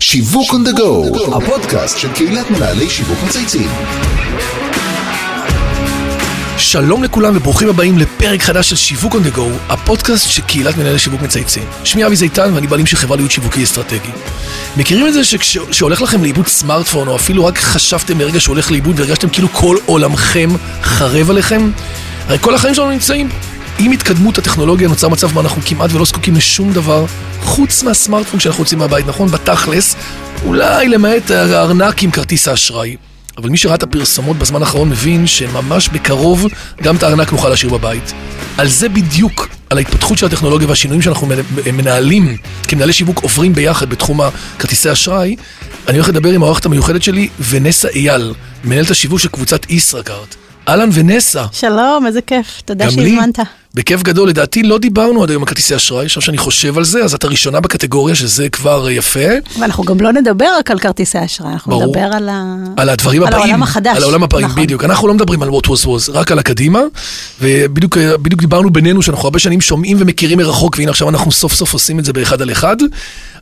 שיווק on the go, הפודקאסט של קהילת מנהלי שיווק מצייצים. שלום לכולם וברוכים הבאים לפרק חדש של שיווק on the go, הפודקאסט של קהילת מנהלי שיווק מצייצים. שמי אבי זיתן ואני בעלים של חברה להיות שיווקי אסטרטגי. מכירים את זה שכשהולך לכם לאיבוד סמארטפון, או אפילו רק חשבתם לרגע שהולך לאיבוד והרגשתם כאילו כל עולמכם חרב עליכם? הרי כל החיים שלנו נמצאים. עם התקדמות הטכנולוגיה נוצר מצב בו אנחנו כמעט ולא זקוקים לשום דבר חוץ מהסמארטפון שאנחנו יוצאים מהבית, נכון? בתכלס, אולי למעט הארנק עם כרטיס האשראי. אבל מי שראה את הפרסומות בזמן האחרון מבין שממש בקרוב גם את הארנק נוכל להשאיר בבית. על זה בדיוק, על ההתפתחות של הטכנולוגיה והשינויים שאנחנו מנהלים כמנהלי שיווק עוברים ביחד בתחום הכרטיסי אשראי, אני הולך לדבר עם האורחת המיוחדת שלי, ונסה אייל, מנהלת השיווק של קבוצת ישראכרט. אהלן ונסה. שלום, איזה כיף, תודה גם לי. שהזמנת. בכיף גדול, לדעתי לא דיברנו עד היום על כרטיסי אשראי, עכשיו שאני חושב על זה, אז את הראשונה בקטגוריה שזה כבר אה, יפה. ואנחנו גם לא נדבר רק על כרטיסי אשראי, אנחנו ברור. נדבר על ה... על הדברים על הבאים. העולם החדש. על העולם הבאים, נכון. בדיוק. אנחנו לא מדברים על what was was, רק על הקדימה. ובדיוק אה, בדיוק דיברנו בינינו שאנחנו הרבה שנים שומעים ומכירים מרחוק, והנה עכשיו אנחנו סוף סוף עושים את זה באחד על אחד.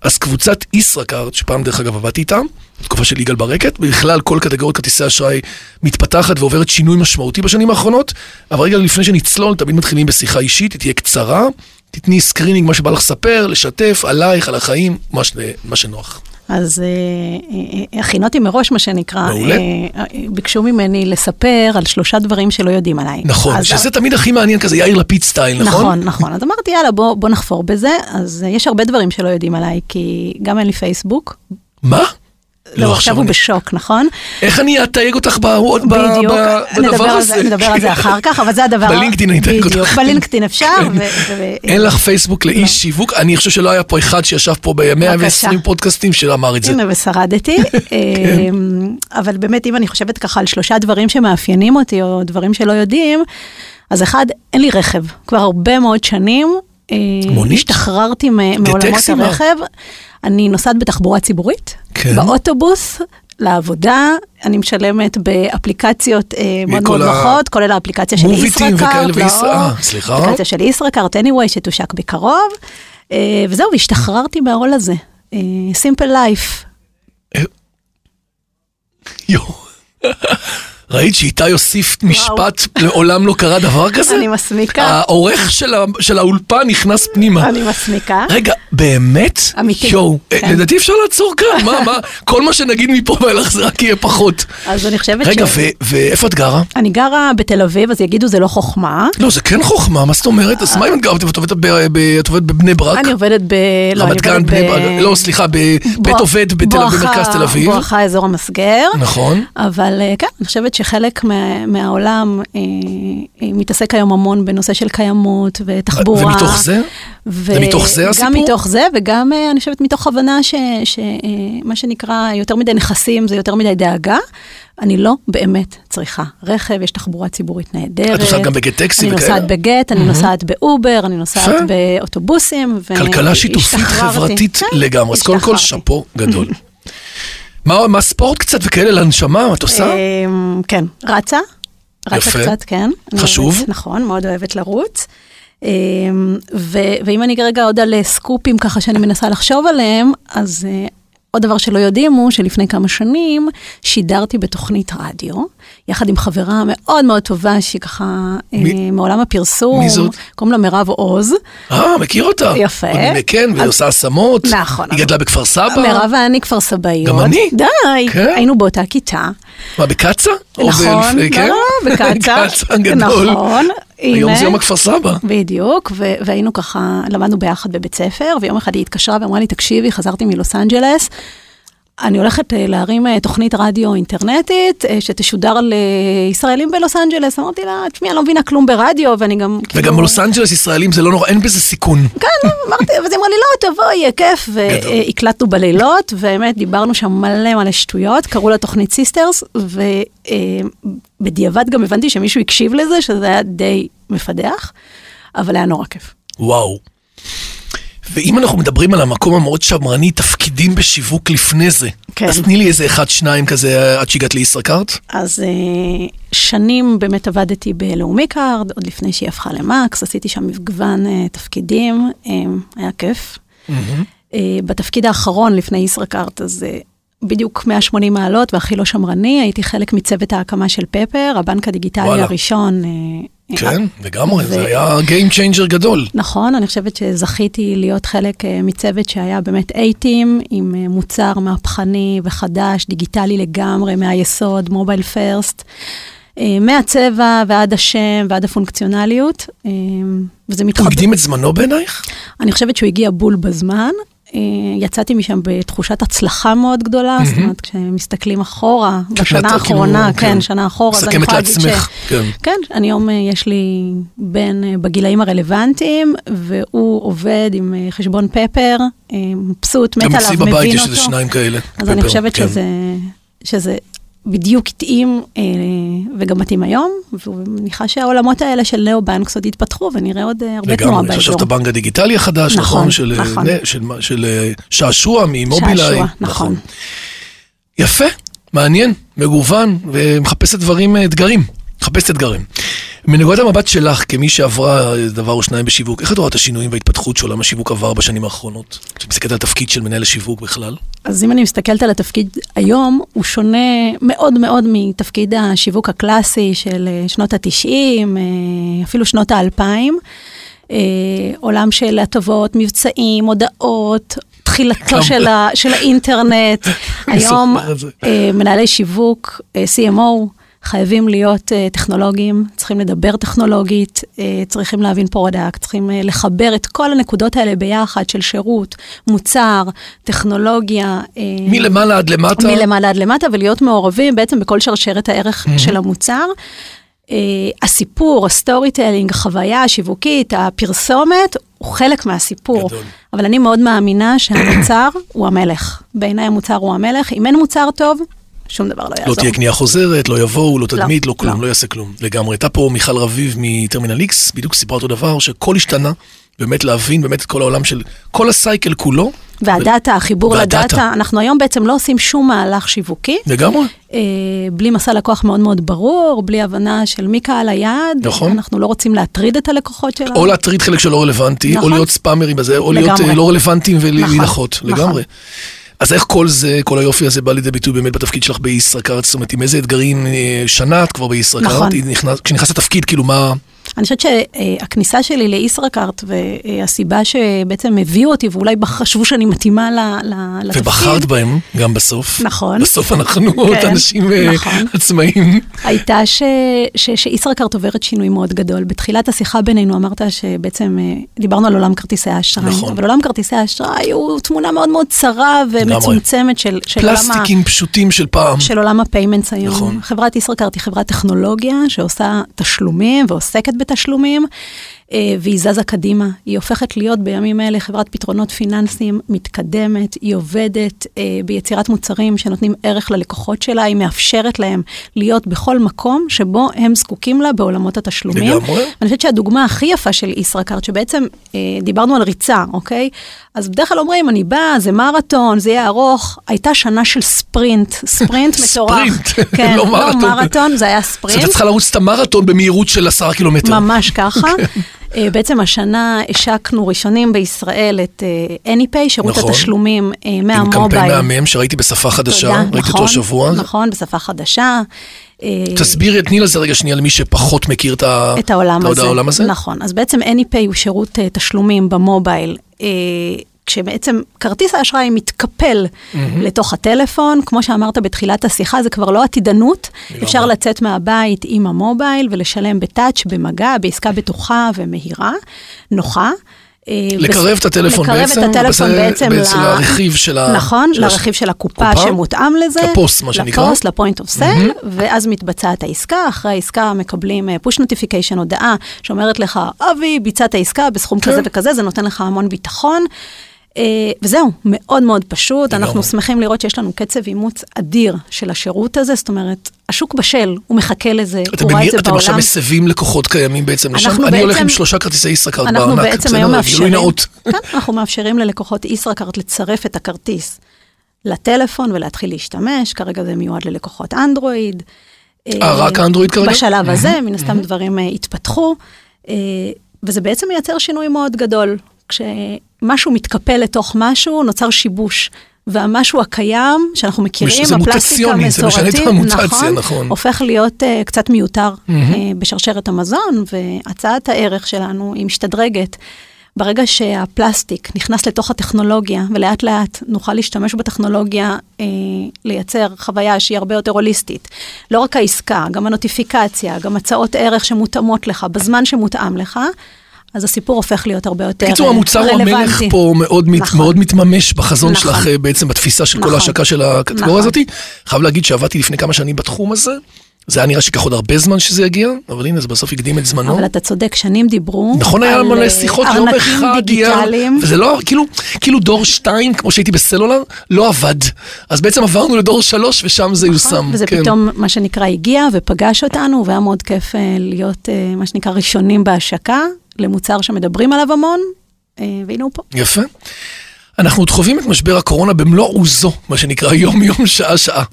אז קבוצת ישראכרט, שפעם דרך אגב עבדתי איתה, בתקופה של יגאל ברקת, בכלל כל קטגוריית כרטיסי אשראי מתפתחת ועוברת שינוי משמעותי בשנים האחרונות, אבל רגע לפני שנצלול, תמיד מתחילים בשיחה אישית, היא תהיה קצרה, תתני סקרינינג, מה שבא לך לספר, לשתף, עלייך, על החיים, מה, ש... מה שנוח. אז אה, אה, אה, הכינותי מראש, מה שנקרא. מעולה. אה, אה, ביקשו ממני לספר על שלושה דברים שלא יודעים עליי. נכון, אז- שזה תמיד הכי מעניין כזה, יאיר לפיד סטייל, נכון? נכון, נכון. אז אמרתי, יאללה, בוא, בוא נחפור בזה. אז אה, יש הרבה דברים שלא יודעים עליי, כי גם אין לי פייסבוק. מה? לא, עכשיו הוא אני- בשוק, נכון? איך אני אתייג אותך בערוץ, ב- בדיוק, ב- נדבר בדבר על זה- הזה? נדבר על זה אחר כך, אבל זה הדבר... בלינקדאין אני אתייג בדיוק, אותך. בלינקדאין אפשר. ו- ו- אין לך פייסבוק לא. לאיש שיווק? אני חושב שלא היה פה אחד שישב פה ב-120 בבקשה. פודקאסטים שאמר את זה. כן. הנה, ושרדתי. אמ, אבל באמת, אם אני חושבת ככה על שלושה דברים שמאפיינים אותי, או דברים שלא יודעים, אז אחד, אין לי רכב. כבר הרבה מאוד שנים. אה, מונית? השתחררתי מ- מעולמות טקסי, מה? הרכב. אני נוסעת בתחבורה ציבורית, כן. באוטובוס. לעבודה, אני משלמת באפליקציות אה, מאוד כל מאוד ה- נוחות, כולל האפליקציה של מוביטים ישראכרט, וכאלה ויש- לא, אה, סליחה? אפליקציה של ישראכרט, anyway, שתושק בקרוב, אה, וזהו, והשתחררתי מהעול הזה. אה, simple life. יו. ראית שאיתי הוסיף משפט, לעולם לא קרה דבר כזה? אני מסמיקה, העורך של ה- של האולפן נכנס פנימה. אני מסמיקה. אה, רגע, באמת? אמיתי. יואו, אה, כן. לדעתי אפשר לעצור כאן, מה, מה, כל מה שנגיד מפה ואילך זה רק יהיה פחות. אז אני חושבת רגע, ש... ו- ואיפה את גרה? אני גרה בתל אביב, אז יגידו זה לא חוכמה. לא, זה כן חוכמה, מה זאת אומרת? אז מה אם את גרמת ואת עובדת ב- ב- את עובדת בבני ברק? אה. אני עובדת ב... לא, אוקיי. אני רמת גן, עובדת בני ברק, ב... לא, סליחה, ב- בית בואכה- עובד בתל- במרכז בואכה- תל אביב. בואכה אזור המסגר. נכון. אבל אה, כן, אני חושבת שחלק מה, מהעולם אה, אה, מתעסק היום המון בנושא של קיימות ותחבורה. ומתוך זה? ו- זה מתוך זה גם הסיפור? מתוך זה, וגם אה, אני חושבת מתוך הבנה שמה ש, אה, מה שנקרא יותר מדי נכסים זה יותר מדי דאגה. אני לא באמת צריכה רכב, יש תחבורה ציבורית נהדרת. את נוסעת גם בגט טקסי אני וכאלה? Mm-hmm. נוסעת בגט, אני נוסעת באובר, אני נוסעת יפה. באוטובוסים. ו- כלכלה שיתופית השתחררתי. חברתית כן, לגמרי, אז קודם כל השתחררתי. שאפו גדול. מה מה ספורט קצת וכאלה להנשמה, את עושה? אמ, כן, רצה. רצה יפה. קצת, כן. אני חשוב. אוהבת, נכון, מאוד אוהבת לרוץ. אמ, ו- ואם אני רגע עוד על אה, סקופים ככה שאני מנסה לחשוב עליהם, אז אה, עוד דבר שלא יודעים הוא שלפני כמה שנים שידרתי בתוכנית רדיו, יחד עם חברה מאוד מאוד טובה שהיא ככה אה, מי- מעולם הפרסום. מי זאת? קוראים לה מירב עוז. אה, מכיר אותה. יפה. עוד- כן, והיא אז- עושה השמות. נכון, היא אז- גדלה בכפר סבא. מירב ואני כפר סבאיות. גם אני? די, כן. היינו באותה כיתה. מה, בקצ"א? או נכון, בלפני- כן? לא, בקצ"א, בקצ"א גדול. נכון, היום הנה. זה יום הכפר סבא. בדיוק, ו- והיינו ככה, למדנו ביחד בבית ספר, ויום אחד היא התקשרה ואמרה לי, תקשיבי, חזרתי מלוס אנג'לס, אני הולכת אה, להרים אה, תוכנית רדיו אינטרנטית אה, שתשודר לישראלים בלוס אנג'לס. אמרתי לה, תשמעי, אני לא מבינה כלום ברדיו, ואני גם... וגם כאילו- בלוס אנג'לס ישראלים זה לא נורא, אין בזה סיכון. כן, אמרתי, אז היא אמרה לי, לא, תבואי, יהיה כיף. גדול. והקלטנו בלילות, והאמת, דיברנו שם מלא מלא שטויות, קראו לה תוכנית סיסטרס, ובדיעבד גם הבנתי שמישהו הקשיב לזה, שזה היה די מפדח, אבל היה נורא כיף. וואו. ואם אנחנו מדברים על המקום המאוד שמרני, תפקידים בשיווק לפני זה, כן. אז תני לי איזה אחד, שניים כזה עד שהגעת לישראכרט. אז אה, שנים באמת עבדתי בלאומי קארד, עוד לפני שהיא הפכה למקס, עשיתי שם מגוון אה, תפקידים, אה, היה כיף. אה, בתפקיד האחרון לפני ישראכרט, אז אה, בדיוק 180 מעלות והכי לא שמרני, הייתי חלק מצוות ההקמה של פפר, הבנק הדיגיטלי וואלה. הראשון. אה, אה, כן, לגמרי, ו- זה היה Game Changer גדול. נכון, אני חושבת שזכיתי להיות חלק אה, מצוות שהיה באמת אייטים, עם אה, מוצר מהפכני וחדש, דיגיטלי לגמרי, מהיסוד, מובייל פרסט, אה, מהצבע ועד השם ועד הפונקציונליות, אה, וזה הוא מתחבר. הקדים את זמנו בעינייך? אני חושבת שהוא הגיע בול בזמן. אה, יצאתי משם בתחושת הצלחה מאוד גדולה, זאת אומרת, כשמסתכלים אחורה, בשנה כשאתה כאילו, האחרונה, כן, כן, שנה אחורה, אז אני מסכמת יכולה להגיד ש... לעצמך, כן. כן, אני היום אה, יש לי בן אה, בגילאים הרלוונטיים, והוא עובד עם אה, חשבון פפר, אה, מבסוט, מת גם עליו, אצלי מבין אותו. בבית יש איזה שניים כאלה. אז אני פפר, חושבת כן. שזה, שזה בדיוק התאים אה, וגם מתאים היום, ומניחה שהעולמות האלה של נאו-בנקס עוד יתפתחו ונראה עוד אה, הרבה תנועה לגמרי, יש באזור. עכשיו את הבנק הדיגיטלי החדש, נכון, נכון? של, אה, נכון. נ- של מה- של אה, שעשוע ממובילאיי. שעשוע, נכון. יפה, מעניין, מגוון, ומחפשת דברים, אה, אתגרים. מחפשת אתגרים. מנקודת המבט שלך, כמי שעברה אה, דבר או שניים בשיווק, איך את רואה את השינויים וההתפתחות שעולם השיווק עבר בשנים האחרונות? כשאת מסתכלת על התפקיד של מנהל השיווק בכלל? אז אם אני מסתכלת על התפקיד היום, הוא שונה מאוד מאוד מתפקיד השיווק הקלאסי של אה, שנות ה-90, אפילו שנות ה-2000. עולם של הטבות, מבצעים, הודעות, כמה- תחילתו של, ה, של האינטרנט. היום זוכר את זה. אה, מנהלי שיווק, אה, CMO, חייבים להיות אה, טכנולוגיים, צריכים לדבר טכנולוגית, אה, צריכים להבין פרודקט, צריכים אה, לחבר את כל הנקודות האלה ביחד של שירות, מוצר, טכנולוגיה. אה, מלמעלה עד למטה? מלמעלה עד למטה, ולהיות מעורבים בעצם בכל שרשרת הערך של המוצר. אה, הסיפור, הסטורי טיילינג, החוויה השיווקית, הפרסומת, הוא חלק מהסיפור. גדול. אבל אני מאוד מאמינה שהמוצר הוא המלך. בעיניי המוצר הוא המלך. אם אין מוצר טוב, שום דבר לא לא יעזור. תהיה קנייה חוזרת, לא יבואו, לא תדמית, לא לא. כלום, לא יעשה כלום. לגמרי. הייתה פה מיכל רביב מטרמינל איקס, בדיוק סיפרה אותו דבר, שהכל השתנה, באמת להבין באמת את כל העולם של, כל הסייקל כולו, והדאטה, החיבור והדאטה. לדאטה, אנחנו היום בעצם לא עושים שום מהלך שיווקי. לגמרי. אה, בלי מסע לקוח מאוד מאוד ברור, בלי הבנה של מי קהל היעד. נכון. אנחנו לא רוצים להטריד את הלקוחות שלנו. או להטריד חלק שלא רלוונטי, או נכון. להיות ספאמרים בזה, או להיות לגמרי. אה, לא רלוונטיים נכון, ולהינחות, נכון. לגמרי. אז איך כל זה, כל היופי הזה בא לידי ביטוי באמת בתפקיד שלך בישראכרט? זאת אומרת, עם איזה אתגרים אה, שנה את כבר נכון. בישראכרט? היא נכנס- כשנכנסת לתפקיד, כאילו מה... אני חושבת שהכניסה שלי לישראכרט והסיבה שבעצם הביאו אותי ואולי בח- חשבו שאני מתאימה ל- ל- לתפקיד. ובחרת בהם גם בסוף. נכון. בסוף אנחנו עוד כן, אנשים אה, נכון. עצמאיים. הייתה ש- ש- שישראכרט עוברת שינוי מאוד גדול. בתחילת השיחה בינינו אמרת שבעצם אה, דיברנו על עולם כרטיסי האשראי. נכון. אבל עולם כרטיסי האשראי הוא תמונה מאוד מאוד צרה ומצומצמת של, של עולם ה... פלסטיקים פשוטים של פעם. של עולם הפיימנטס היום. נכון. נכון. חברת ישראכרט היא חברת טכנולוגיה שעושה תשלומים ועוסקת בתשלומים, אה, והיא זזה קדימה. היא הופכת להיות בימים אלה חברת פתרונות פיננסיים מתקדמת, היא עובדת אה, ביצירת מוצרים שנותנים ערך ללקוחות שלה, היא מאפשרת להם להיות בכל מקום שבו הם זקוקים לה בעולמות התשלומים. לגמרי. אני חושבת שהדוגמה הכי יפה של ישראכרט, שבעצם אה, דיברנו על ריצה, אוקיי? אז בדרך כלל אומרים, אני באה, זה מרתון, זה יהיה ארוך. הייתה שנה של ספרינט, ספרינט מטורף. ספרינט, כן, לא לא מרתון. מרתון, זה היה זאת אומרת, ספרינט. את צריכה לרוץ את המרתון במהירות של עשרה קילומטר. ממש ככה. אוקיי. אה, בעצם השנה השקנו ראשונים בישראל את אה, AnyPay, שירות נכון. התשלומים אה, עם קמפיין מהמובייל. מהמם שראיתי בשפה חדשה, תודה, ראיתי נכון, אותו השבוע. נכון, בשפה חדשה. אה, תסבירי, תני לזה רגע שנייה למי שפחות מכיר את ה- את העולם את הזה. העולם הזה. נכון. אז בעצם AnyPay הוא שירות אה, תשלומים במובייל. אה, כשבעצם כרטיס האשראי מתקפל לתוך הטלפון, כמו שאמרת בתחילת השיחה, זה כבר לא עתידנות, לגמרי. אפשר לצאת מהבית עם המובייל ולשלם בטאץ', במגע, בעסקה בטוחה ומהירה, נוחה. אה, לקרב את הטלפון לקרב בעצם, את הטלפון בזה- בעצם, בעצם ל- לרכיב של ה- נכון, של הש- לרכיב של הקופה קופה? שמותאם לזה. לפוס, מה שנקרא. לפוס, לפוינט אוף סייל, ואז מתבצעת העסקה, אחרי העסקה מקבלים פוש נוטיפיקיישן, הודעה שאומרת לך, אבי, ביצעת עסקה בסכום כן. כזה וכזה, זה נותן לך המון ביטחון. אה, וזהו, מאוד מאוד פשוט, אנחנו לגמרי. שמחים לראות שיש לנו קצב אימוץ אדיר של השירות הזה, זאת אומרת, השוק בשל, הוא מחכה לזה, אתם הוא רואה את במהיר- זה אתם עכשיו בעולם. מסבים לקוחות קיימים בעצם לשם? אנחנו אני הולך בעצם- עם שלושה כרטיסי ישראכרט בארנק. אנחנו בעצם בסדר? לא היום גילוי מאפשרים, נאות. כן, אנחנו מאפשרים ללקוחות ישראכרט לצרף את הכרטיס לטלפון ולהתחיל להשתמש, כרגע זה מיועד ללקוחות אנדרואיד. אה, רק האנדרואיד כרגע? בשלב הזה, מן הסתם דברים אה, התפתחו, אה, וזה בעצם מייצר שינוי מאוד גדול. כש... משהו מתקפל לתוך משהו, נוצר שיבוש. והמשהו הקיים שאנחנו מכירים, זה הפלסטיק מוטציוני, זה משנה את המסורתי, המוטציה, נכון, נכון. הופך להיות uh, קצת מיותר mm-hmm. uh, בשרשרת המזון, והצעת הערך שלנו היא משתדרגת. ברגע שהפלסטיק נכנס לתוך הטכנולוגיה, ולאט לאט נוכל להשתמש בטכנולוגיה, אה, לייצר חוויה שהיא הרבה יותר הוליסטית. לא רק העסקה, גם הנוטיפיקציה, גם הצעות ערך שמותאמות לך, בזמן שמותאם לך, אז הסיפור הופך להיות הרבה יותר בקיצור, אה, המוצר הוא רלוונטי. המלך פה מאוד, מת, נכון. מאוד מתממש בחזון נכון. שלך, אה, בעצם בתפיסה של כל נכון. ההשקה של הקטגוריה נכון. הזאתי. חייב להגיד שעבדתי לפני כמה שנים בתחום הזה, זה היה נראה שיקח עוד הרבה זמן שזה יגיע, אבל הנה, זה בסוף הקדים את זמנו. אבל אתה צודק, שנים דיברו נכון היה על, מלא אה, שיחות שלא ארנקים באחד יהיה, דיגיטליים. וזה לא, כאילו, כאילו דור 2, כמו שהייתי בסלולר, לא עבד. אז בעצם עברנו לדור 3 ושם זה יושם. נכון, וזה כן. פתאום, מה שנקרא, הגיע ופגש אותנו, והיה מאוד כיף אה, להיות, אה, מה שנקרא, ראשונים בהשקה, למוצר שמדברים עליו המון, אה, והנה הוא פה. יפה. אנחנו עוד חווים את משבר הקורונה במלוא עוזו, מה שנקרא יום-יום, שעה-שעה.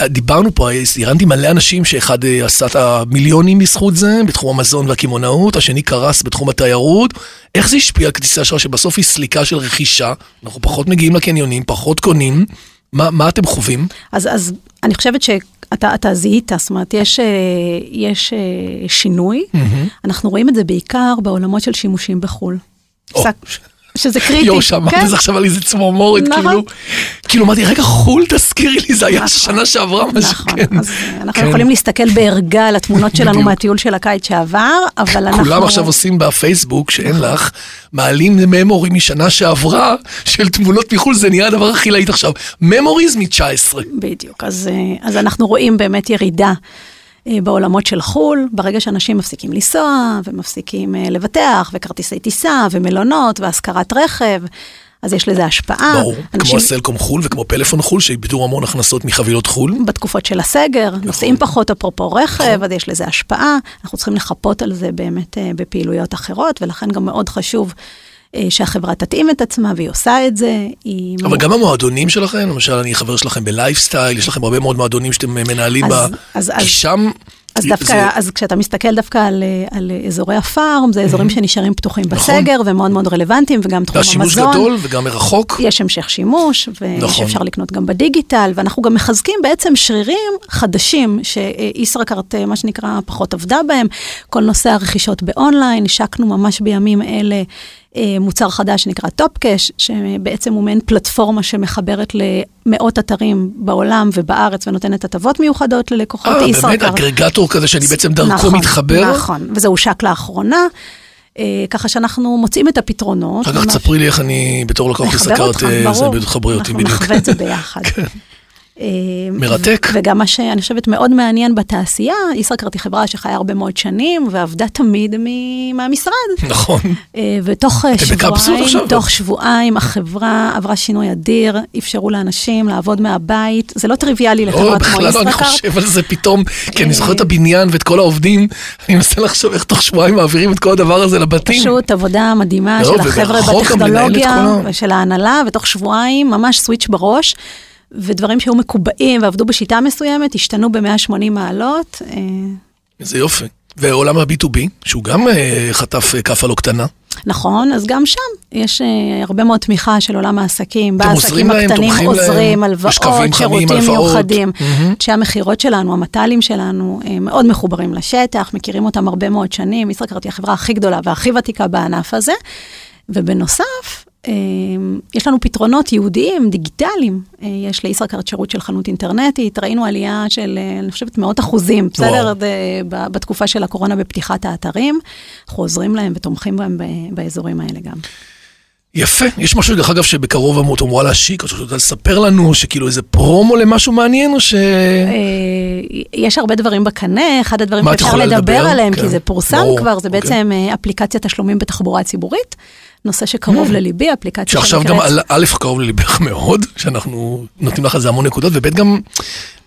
אה, דיברנו פה, אה, הרמתי מלא אנשים שאחד אה, עשה את המיליונים בזכות זה, בתחום המזון והקמעונאות, השני קרס בתחום התיירות. איך זה השפיע על כרטיסי אשראי שבסוף היא סליקה של רכישה? אנחנו פחות מגיעים לקניונים, פחות קונים. מה, מה אתם חווים? אז, אז אני חושבת שאתה אתה זיהית, זאת אומרת, יש, אה, יש אה, שינוי. אנחנו רואים את זה בעיקר בעולמות של שימושים בחו"ל. או. פסק- שזה קריטי. יואו, שמעת כן? את זה עכשיו על איזה צמרמורת, נכון. כאילו, כאילו אמרתי, רגע, חו"ל תזכירי לי, זה היה שנה שעברה, מה נכון, שכן. אז אה, אנחנו כן. יכולים להסתכל בערגה על התמונות שלנו בדיוק. מהטיול של הקיץ שעבר, אבל אנחנו... כולם עכשיו עושים בפייסבוק, שאין לך, מעלים ממורי משנה שעברה של תמונות מחו"ל, זה נהיה הדבר הכי להיט עכשיו. ממוריז מ-19. בדיוק, אז, אה, אז אנחנו רואים באמת ירידה אה, בעולמות של חו"ל, ברגע שאנשים מפסיקים לנסוע, ומפסיקים אה, לבטח, וכרטיסי טיסה, ומלונות, והשכרת רכב, אז יש לזה השפעה. ברור, כמו אה, אנשים הסלקום חו"ל וכמו פלאפון חו"ל, שאיבדו המון הכנסות מחבילות חו"ל. בתקופות של הסגר, נכון. נוסעים פחות אפרופו רכב, אז יש לזה השפעה, אנחנו צריכים לחפות על זה באמת אה, בפעילויות אחרות, ולכן גם מאוד חשוב אה, שהחברה תתאים את עצמה, והיא עושה את זה. היא אבל גם המועדונים שלכם, למשל, אני חבר שלכם בלייפסטייל, יש לכם הרבה מאוד מועדונים שאתם אה, מנהלים אז- ב... אז- כי אז- שם... אז זה- דווקא, אז כשאתה מסתכל דווקא על, אה, על אה, אזורי הפארם, זה אזורים שנשארים פתוחים Mm-hmm. נכון. בסגר, ומאוד מאוד רלוונטיים, וגם תחום זה השימוש המזון. גדול וגם מרחוק. יש המשך שימוש, ושאפשר נכון. לקנות גם בדיגיטל, ואנחנו גם מחזקים בעצם שרירים חדשים שישראכרט, אה, מה שנקרא, פחות עבדה בהם. כל נושא הרכישות באונליין, השקנו ממש בימים אלה אה, מוצר חדש שנקרא טופקאש, שבעצם הוא מעין פלטפורמה שמחברת למאות אתרים בעולם ובארץ, ונותנת הטבות מיוחדות ללקוחות אה, ישראכרט. באמת, אגרגטור כזה שאני בעצם דרכו נכון, מתחבר. נכון, וזה הושק לאחרונה, אה, ככה שאנחנו מוצאים את הפתרונות. אחר כך ממש- תספרי לי איך אני בתור לקוח נחבר הסקרת, אותך, ברור. אה, זה בדיוק חברי אותי אנחנו בדיוק. כן. נחווה את זה ביחד. אה, מרתק. ו- וגם מה שאני חושבת מאוד מעניין בתעשייה, ישראכרט היא חברה שחיה הרבה מאוד שנים ועבדה תמיד מ- מהמשרד. נכון. אה, ותוך אה, בקפסולות שבועיים, עכשיו? תוך שבועיים החברה עברה שינוי אדיר, אפשרו לאנשים לעבוד מהבית, זה לא טריוויאלי לא, לחברות כמו בכלל לא, אני ישראכרט. אה. חושב על זה פתאום, כי אני זוכר את הבניין ואת כל העובדים, אני מנסה לחשוב איך תוך שבועיים מעבירים את כל הדבר הזה לבתים. פשוט עבודה מדהימה לא, של החבר'ה ובחוק המנהלת בטכנולוגיה כולה. ושל ההנהלה, ותוך שבועיים ממש סוויץ' בראש, ודברים שהיו מקובעים ועבדו בשיטה מסוימת, השתנו ב-180 מעלות. אה, זה יופי. ועולם ה-B2B, שהוא גם אה, חטף אה, כאפה לא קטנה. נכון, אז גם שם יש אה, הרבה מאוד תמיכה של עולם העסקים, אתם עוזרים בעסקים להם, הקטנים תומכים להם, עוזרים, יש הלוואות, קווים חמים, שירותים הלוואות. מיוחדים. שהמכירות שלנו, המט"לים שלנו, אה, מאוד מחוברים לשטח, מכירים אותם הרבה מאוד שנים, ישראכרט היא החברה הכי גדולה והכי ותיקה בענף הזה, ובנוסף, אה, יש לנו פתרונות ייעודיים, דיגיטליים. אה, יש לישראכרט שירות של חנות אינטרנטית, ראינו עלייה של, אה, אני חושבת, מאות אחוזים, בסדר? וואו. ב- ב- בתקופה של הקורונה בפתיחת האתרים. אנחנו עוזרים להם ותומכים בהם ב- באזורים האלה גם. יפה, יש משהו, דרך אגב, שבקרוב אמרו, אמורה להשיק, או שאתה יודע לספר לנו, שכאילו איזה פרומו למשהו מעניין, או ש... אה, יש הרבה דברים בקנה, אחד הדברים מה את שאפשר יכולה לדבר לדבר? עליהם, כן. כי זה פורסם ברור, כבר, זה אוקיי. בעצם אה, אפליקציית תשלומים בתחבורה הציבורית, נושא שקרוב לליבי, אפליקציה Mm. שעכשיו שנקראת... גם, א', א', קרוב לליבך מאוד, שאנחנו נותנים לך על זה המון נקודות, וב', גם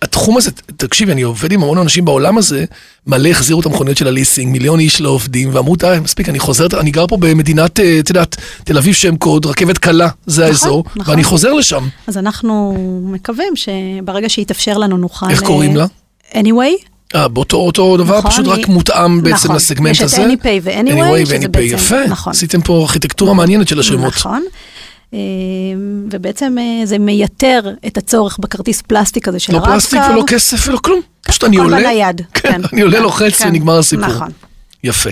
התחום הזה, ת- תקשיבי, אני עובד עם המון אנשים בעולם הזה, מלא החזירו את המכוניות של הליסינג, מיליון איש לא עובדים, ואמרו, די, מספיק, אני חוזר, אני גר פה במדינת, אה, את יודעת, תל אביב שם קוד, רכבת קלה, זה האזור, נכון. ואני חוזר לשם. אז אנחנו מקווים שברגע שיתאפשר לנו נוכל... איך קוראים אה, לה? anyway, אה, באותו אותו דבר, נכון, פשוט אני- רק מותאם בעצם נכון. לסגמנט יש את הזה. AnyPay ו- Anyway, שזה ו- Anyway, בעצם- יפה. נכון. עשיתם פה ארכיטקטורה מעניינת של השמות. נכון. אה, ובעצם אה, זה מייתר את הצורך בכרטיס פלסטיק הזה של לא הרב-קו. פלסטיק ולא כסף ולא כלום. פשוט אני הכל עולה, בנייד, כן, כן. אני עולה, לוחץ כן, ונגמר הסיפור. נכון. יפה.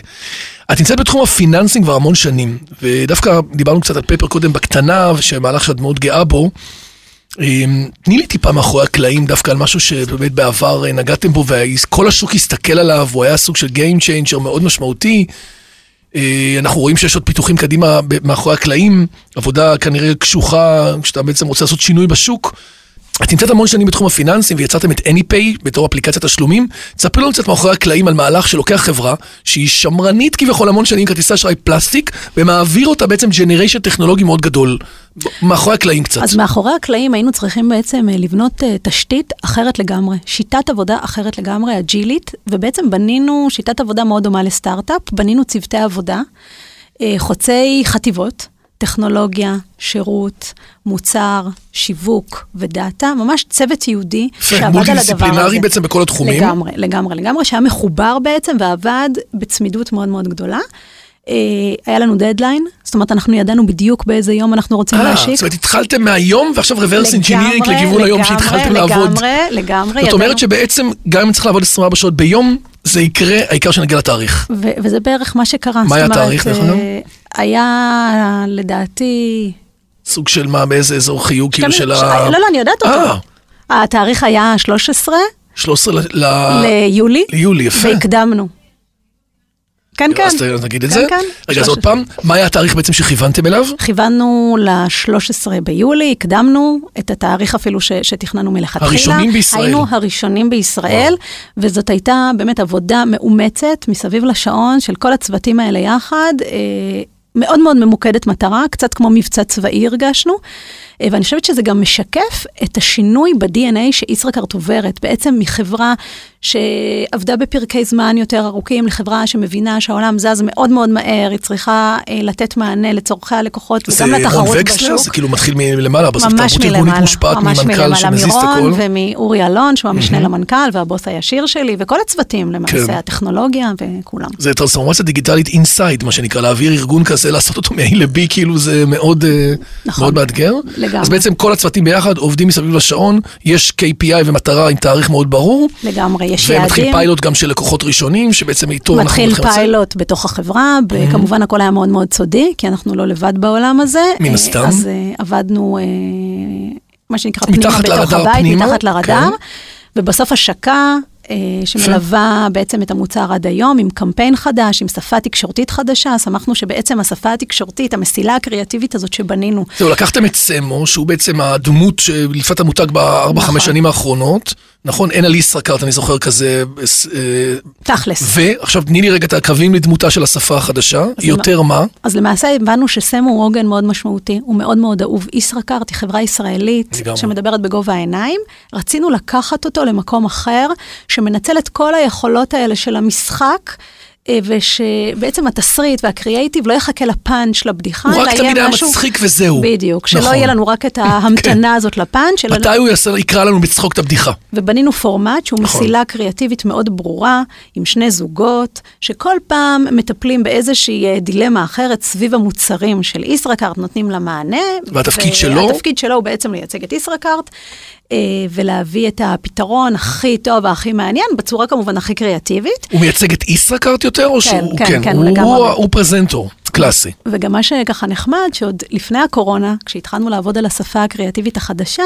את נמצאת בתחום הפיננסים כבר המון שנים, ודווקא דיברנו קצת על פייפר קודם בקטנה, שמהלך שאת מאוד גאה בו. אמ, תני לי טיפה מאחורי הקלעים דווקא על משהו שבאמת בעבר אה, נגעתם בו, וכל השוק הסתכל עליו, הוא היה סוג של Game Changer מאוד משמעותי. אה, אנחנו רואים שיש עוד פיתוחים קדימה ב- מאחורי הקלעים, עבודה כנראה קשוחה, כשאתה בעצם רוצה לעשות שינוי בשוק. את נמצאת המון שנים בתחום הפיננסים ויצרתם את AnyPay בתור אפליקציית תשלומים. תספרי לנו קצת מאחורי הקלעים על מהלך שלוקח חברה שהיא שמרנית כביכול המון שנים עם כרטיסי אשראי פלסטיק ומעביר אותה בעצם ג'נריישן טכנולוגי מאוד גדול. ב- מאחורי הקלעים קצת. אז מאחורי הקלעים היינו צריכים בעצם אה, לבנות אה, תשתית אחרת לגמרי, שיטת עבודה אחרת לגמרי, אג'ילית, ובעצם בנינו שיטת עבודה מאוד דומה לסטארט-אפ, בנינו צוותי עבודה, אה, חוצי חטיבות, טכנולוגיה, שירות, מוצר, שיווק ודאטה, ממש צוות יהודי יפה, שעבד על הדבר הזה. מולטי-דיסציפלינרי בעצם בכל התחומים. לגמרי, לגמרי, לגמרי, שהיה מחובר בעצם ועבד בצמידות מאוד מאוד גדולה. אה, היה לנו דדליין, זאת אומרת, אנחנו ידענו בדיוק באיזה יום אנחנו רוצים אה, להשיק. זאת אומרת, התחלתם מהיום ועכשיו רוורס לגמרי, אינג'ינירינג לכיוון היום לגמרי, שהתחלתם לעבוד. לגמרי, לגמרי. זאת ידענו- אומרת שבעצם גם אם צריך לעבוד 24 שעות ביום, זה יקרה, העיקר שנגיע לתאריך. ו- וזה בערך מה שקרה. מה זאת היה אומרת, התאריך, נכון? דרך אגב? אה, היה, לדעתי... סוג של מה, באיזה אזור חיוג, כאילו כן, של ש- ה... לא, לא, אני יודעת אותו. אה, אה, התאריך היה 13 13 ל... ל- ליולי, ליולי, יפה. והקדמנו. כן, כן. אז ת- אז נגיד את כן, זה. כן. רגע, אז שלוש- עוד פעם, מה היה התאריך בעצם שכיוונתם אליו? כיווננו ל-13 ביולי, הקדמנו את התאריך אפילו ש- שתכננו מלכתחילה. הראשונים בישראל. היינו הראשונים בישראל, וואו. וזאת הייתה באמת עבודה מאומצת מסביב לשעון של כל הצוותים האלה יחד. אה, מאוד מאוד ממוקדת מטרה, קצת כמו מבצע צבאי הרגשנו, אה, ואני חושבת שזה גם משקף את השינוי ב-DNA שישראכרט עוברת, בעצם מחברה שעבדה בפרקי זמן יותר ארוכים לחברה שמבינה שהעולם זז מאוד מאוד מהר, היא צריכה אה, לתת מענה לצורכי הלקוחות וגם זה רון לתחרות וקסלר? בשוק. זה כאילו מתחיל מלמעלה, בסוף ממש תרבות ארגונית מלמעלה, מושפעת ממש ממנכ"ל מלמעלה שמזיז את הכל. מירון ומאורי אלון, שהוא המשנה למנכ"ל והבוס הישיר שלי, וכל הצוותים למעשה, כן. הטכנולוגיה וכולם. זה טרנספורמציה דיגיטלית אינסייד, מה שנקרא, להעביר ארגון כזה, לעשות אותו מ-A ל-B, כאילו זה מאוד, אה, נכון. מאוד מאתגר. לגמרי. אז בעצם כל הצוותים ביחד עובדים מסביב לשעון, יש KPI ומטרה עם תאריך מאוד ברור, לגמרי, יש יעדים. ומתחיל פיילוט גם של לקוחות ראשונים, שבעצם איתו אנחנו מתחיל לצאת. פיילוט בתוך החברה, ב- כמובן הכל היה מאוד מאוד סודי, כי אנחנו לא לבד בעולם הזה. מן אה, הסתם. אז אה, עבדנו, אה, מה שנקרא, פנימה מתחת בתוך לרדאר, הבית, פנימה, מתחת לרדאר, כן. ובסוף השקה. אה, שמלווה בעצם את המוצר עד היום עם קמפיין חדש, עם שפה תקשורתית חדשה, שמחנו שבעצם השפה התקשורתית, המסילה הקריאטיבית הזאת שבנינו, זהו, לקחתם את סמו, שהוא בעצם הדמות שלפת המותג בארבע, נכון. חמש שנים האחרונות. נכון, אין על ישראכרט, אני זוכר כזה. אה, תכלס. ועכשיו תני לי רגע את הקווים לדמותה של השפה החדשה, יותר מה? אז למעשה הבנו שסם הוא עוגן מאוד משמעותי, הוא מאוד מאוד אהוב. ישראכרט היא חברה ישראלית לגמרי. שמדברת בגובה העיניים. רצינו לקחת אותו למקום אחר, שמנצל את כל היכולות האלה של המשחק. אה, ושבעצם התסריט והקריאייטיב לא יחכה לפאנץ' לבדיחה, הוא רק אלא יהיה תמיד היה משהו- מצחיק וזהו. בדיוק, שלא נכון. כן. יהיה לנו רק את ההמתנה הזאת לפאנץ', אלא מתי הוא יעשה- יקרא לנו בצחוק את הבדיחה? ובנינו פורמט שהוא נכון. מסילה קריאטיבית מאוד ברורה, עם שני זוגות, שכל פעם מטפלים באיזושהי אה, דילמה אחרת סביב המוצרים של ישראכרט, נותנים לה מענה. והתפקיד שלו? התפקיד שלו הוא בעצם לייצג את ישראכרט, אה, ולהביא את הפתרון הכי טוב והכי מעניין, בצורה כמובן הכי קריאטיבית. הוא מייצג את ישראכרט יותר, או שהוא... כן, כן, הוא- לגמרי. הוא- הוא פרזנטור, קלאסי. וגם מה שככה נחמד, שעוד לפני הקורונה, כשהתחלנו לעבוד על השפה הקריאטיבית החדשה,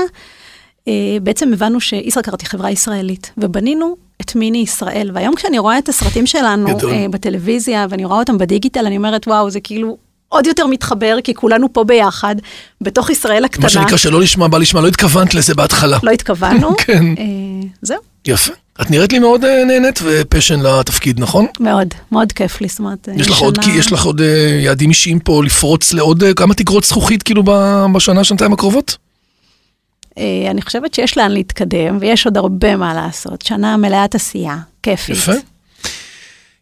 אה, בעצם הבנו שישראכרט היא חברה ישראלית, ובנינו את מיני ישראל. והיום כשאני רואה את הסרטים שלנו גדול. אה, בטלוויזיה, ואני רואה אותם בדיגיטל, אני אומרת, וואו, זה כאילו עוד יותר מתחבר, כי כולנו פה ביחד, בתוך ישראל הקטנה. מה שנקרא שלא לשמה בא לשמה, לא התכוונת לזה בהתחלה. לא התכוונו. כן. אה, זהו, יפה. את נראית לי מאוד אה, נהנית ופשן לתפקיד, נכון? מאוד, מאוד כיף לי, זאת אומרת, אה, יש לך עוד, שנה- יש לך עוד אה, יעדים אישיים פה לפרוץ לעוד אה, כמה תקרות זכוכית כאילו ב- בשנה, שנתיים הקרובות? אה, אני חושבת שיש לאן להתקדם, ויש עוד הרבה מה לעשות. שנה מלאת עשייה, כיפית. יפה.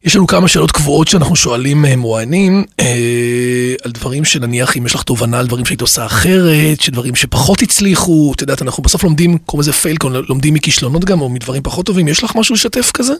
יש לנו כמה שאלות קבועות שאנחנו שואלים אה, מרואיינים אה, על דברים שנניח אם יש לך תובנה על דברים שהיית עושה אחרת, שדברים שפחות הצליחו, את יודעת, אנחנו בסוף לומדים, קוראים לזה פיילקון, לומדים מכישלונות גם או מדברים פחות טובים, יש לך משהו לשתף כזה?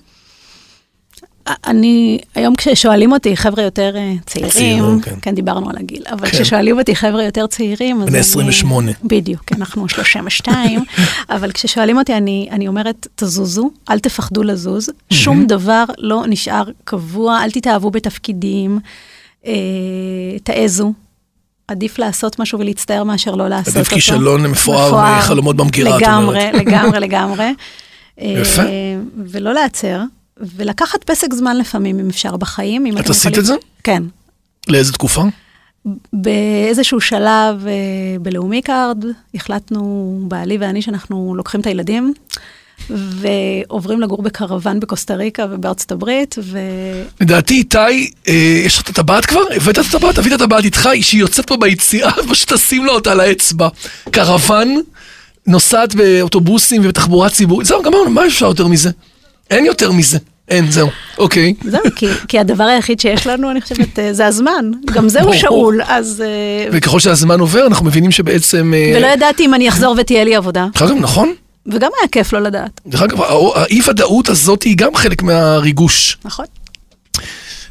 אני, היום כששואלים אותי, חבר'ה יותר אה, צעירים, צעירים, צעירים כן. כן. כן, דיברנו על הגיל, אבל כן. כן. כששואלים אותי חבר'ה יותר צעירים, אז בני 28. בדיוק, כן, אנחנו 32, אבל כששואלים אותי, אני, אני אומרת, תזוזו, אל תפחדו לזוז, שום דבר לא נשאר קבוע, אל תתאהבו בתפקידים, אה, תעזו. עדיף לעשות משהו ולהצטער מאשר לא לעשות אותו. עדיף כישלון מפואר מחלומות במגירה, את לגמרי, אומרת. לגמרי, לגמרי. יפה. אה, ולא להצר, ולקחת פסק זמן לפעמים, אם אפשר, בחיים. אם את אתם עשית יכולים- את זה? כן. לאיזה תקופה? באיזשהו שלב אה, בלאומי קארד, החלטנו, בעלי ואני, שאנחנו לוקחים את הילדים, ועוברים לגור בקרוון בקוסטה ריקה ובארצות הברית, ו... לדעתי איתי, אה, יש לך את הטבעת כבר? הבאת את הטבעת? הבאת את הטבעת איתך? היא שהיא יוצאת פה ביציאה, פשוט תשים לו אותה על האצבע. קרוון, נוסעת באוטובוסים ובתחבורה ציבורית, זהו, גמרנו, מה אפשר יותר מזה? אין יותר מזה. אין, זהו. אוקיי. זהו, כי, כי הדבר היחיד שיש לנו, אני חושבת, אה, זה הזמן. גם זהו ברור. שאול, אז... אה, וככל שהזמן עובר, אנחנו מבינים שבעצם... אה, ולא ידעתי אם אני אחזור ותהיה לי עבודה, דרך אגב, נכון? וגם היה כיף לא לדעת, דרך אגב, האו- האי-ודאות הזאת היא גם חלק מהריגוש. נכון?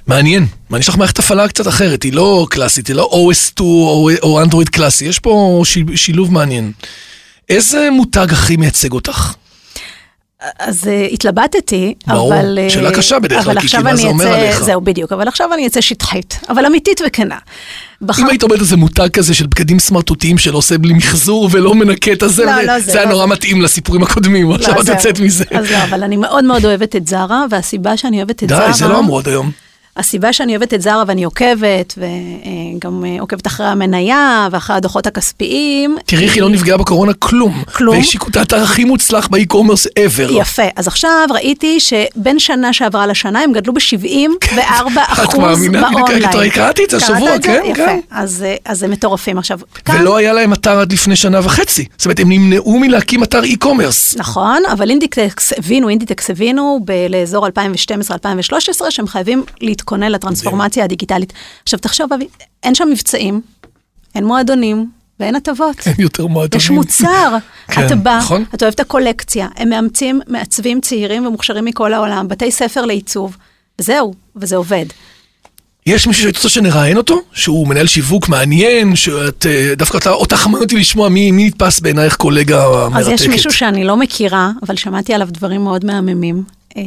מעניין. מעניין שיש לך מערכת הפעלה קצת אחרת, היא לא קלאסית, היא לא OS2 או- או אנדרואיד קלאסי, יש פה שיל- שילוב מעניין. איזה מותג הכי מייצג אותך? אז אה, התלבטתי, ברור, אבל... אה, שאלה קשה בדרך כלל, אבל כי עכשיו מה זה אני אומר אצא- עליך? זהו, בדיוק, אבל עכשיו אני אצא שטחית, אבל אמיתית וכנה. בחר... אם היית אומרת איזה מותג כזה של בגדים סמרטוטיים שלא עושה בלי מחזור ולא מנקה את הזה, לא, וזה- לא זה, זה היה לא נורא מתאים לסיפורים הקודמים, לא, עכשיו את זהו. יוצאת מזה. אז לא, אבל אני מאוד מאוד אוהבת את זרה, והסיבה שאני אוהבת את זרה... די, זה לא אמרו עד היום. הסיבה שאני אוהבת את זרה ואני עוקבת, וגם אה, עוקבת אחרי המניה ואחרי הדוחות הכספיים, תראי איך היא לא נפגעה בקורונה כלום. Mm. כלום. והיא שיקוטה האתר הכי מוצלח באי-קומרס ever. יפה, אז עכשיו ראיתי שבין שנה שעברה לשנה הם גדלו ב-74 כן. את אחוז מאמינה? באונליין. אני קרא- קראתי את זה קראת השבוע, כן, יפה. כן. אז, אה, אז הם מטורפים. עכשיו, כאן, ולא היה להם אתר עד לפני שנה וחצי. זאת אומרת, הם נמנעו מלהקים אתר אי-קומרס. נכון, אבל אינדיטקס הבינו, אינדיטקס הבינו ב- לאזור 2012-2013, שהם חייבים להתכונן לטרנספורמציה הדיגיטלית. עכשיו תחשוב, אבי, אין שם מבצעים, אין מועדונים ואין הטבות. הם יותר מועדונים. יש מוצר, כן, אתה בא, נכון. אתה אוהב את הקולקציה, הם מאמצים מעצבים צעירים ומוכשרים מכל העולם, בתי ספר לעיצוב, וזהו, וזה עובד. יש מישהו שהיית רוצה שנראיין אותו? שהוא מנהל שיווק מעניין, שאת, אה, דווקא אתה, אותך מעניין אותי לשמוע מי, מי נתפס בעינייך קולגה מרתקת. אז יש מישהו שאני לא מכירה, אבל שמעתי עליו דברים מאוד מהממים. אה,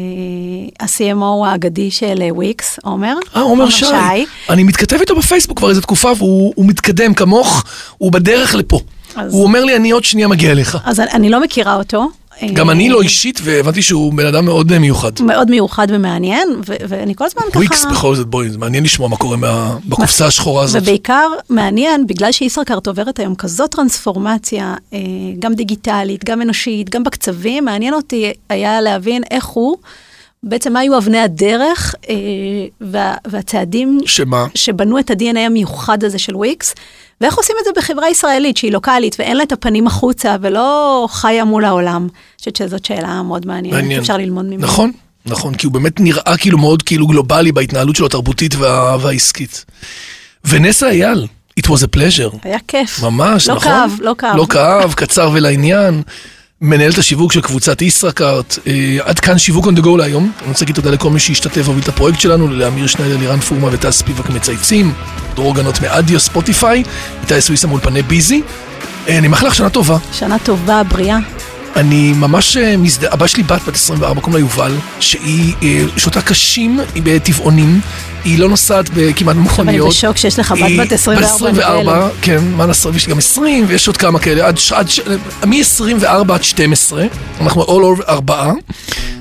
ה-CMO האגדי של אה, וויקס, עומר. אה, עומר שי. אני מתכתב איתו בפייסבוק כבר איזה תקופה, והוא הוא מתקדם כמוך, הוא בדרך לפה. אז- הוא אומר לי, אני עוד שנייה מגיע אליך. אז אני- אני לא מכירה אותו. אה, גם אני לא אישית, והבנתי שהוא בן אדם מאוד אה, מיוחד. מאוד מיוחד ומעניין, ו- ואני כל הזמן ככה... וויקס בכל זאת, בואי, זה מעניין לשמוע מה קורה מה- בקופסה השחורה הזאת. ובעיקר מעניין, בגלל שישראכרט עוברת היום כזאת טרנספורמציה, אה, גם דיגיטלית, גם אנושית, גם בקצבים, מעניין אותי היה להבין איך הוא, בעצם מה היו אבני הדרך אה, וה, והצעדים שמה? שבנו את ה-DNA המיוחד הזה של וויקס, ואיך עושים את זה בחברה ישראלית שהיא לוקאלית ואין לה את הפנים החוצה ולא חיה מול העולם. אני חושבת שזאת שאלה מאוד מעניינת, מעניין. אפשר ללמוד ממנה. נכון, נכון, כי הוא באמת נראה כאילו מאוד כאילו גלובלי בהתנהלות שלו התרבותית וה... והעסקית. ונסה אייל, it was a pleasure, היה כיף. ממש, לא נכון? כאב, לא כאב. לא כאב, קצר ולעניין. מנהלת השיווק של קבוצת ישראכרט, אה, עד כאן שיווק on the go להיום. אני רוצה להגיד תודה לכל מי שהשתתף והוביל את הפרויקט שלנו, לאמיר שניידר, לירן פורמה וטס ספיבק מצייצים, דרור גנות מאדיו ספוטיפיי, איתי סוויסה מאולפני ביזי. אה, אני מאחל לך שנה טובה, שנה טובה, בריאה. אני ממש אה, מזדהה, הבת שלי בת בת 24, קוראים לה יובל, שהיא אה, שותה קשים היא בטבעונים, היא לא נוסעת ב- כמעט אבל אני במכוניות. בשוק שיש לך היא בת בת 24 ב-24, כן, מה לעשות, יש לי גם 20, ויש עוד כמה כאלה, עד, ש- עד, ש- מ-24 עד 12, אנחנו all over ארבעה,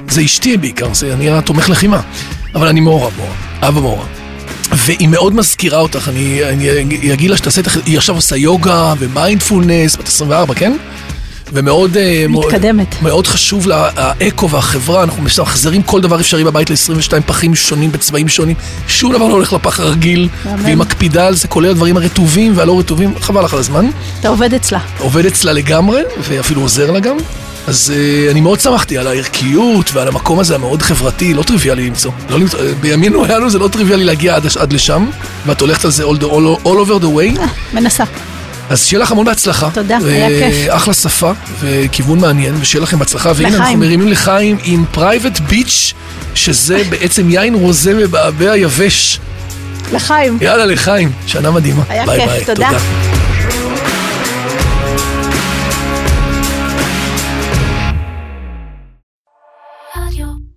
זה אשתי בעיקר, זה אני התומך לחימה, אבל אני מעורב, מעורב, אבא מעורב. והיא מאוד מזכירה אותך, אני, אני, אני אגיד לה שתעשה את הח... היא עכשיו עושה יוגה ומיינדפולנס, בת 24, כן? ומאוד... אה, מאוד- מתקדמת. מאוד חשוב לה- האקו והחברה, אנחנו מחזירים כל דבר אפשרי בבית ל-22 פחים שונים בצבעים שונים, שום דבר לא הולך לפח הרגיל, אמן. והיא מקפידה על זה, כולל הדברים הרטובים והלא רטובים, חבל לך על הזמן. אתה עובד אצלה. עובד אצלה לגמרי, ואפילו עוזר לה גם. אז אה, אני מאוד שמחתי על הערכיות ועל המקום הזה המאוד חברתי, לא טריוויאלי למצוא. לא למצוא אה, בימינו אנו זה לא טריוויאלי להגיע עד, עד לשם, ואת הולכת על זה all, the, all, all over the way. מנסה. אז שיהיה לך המון בהצלחה. תודה, היה כיף. אחלה שפה וכיוון מעניין, ושיהיה לכם בהצלחה. והנה לחיים. אנחנו מרימים לחיים עם פרייבט ביץ', שזה בעצם יין רוזה מבעבע יבש. לחיים. יאללה לחיים, שנה מדהימה. היה ביי כיף, ביי, תודה. תודה. Radio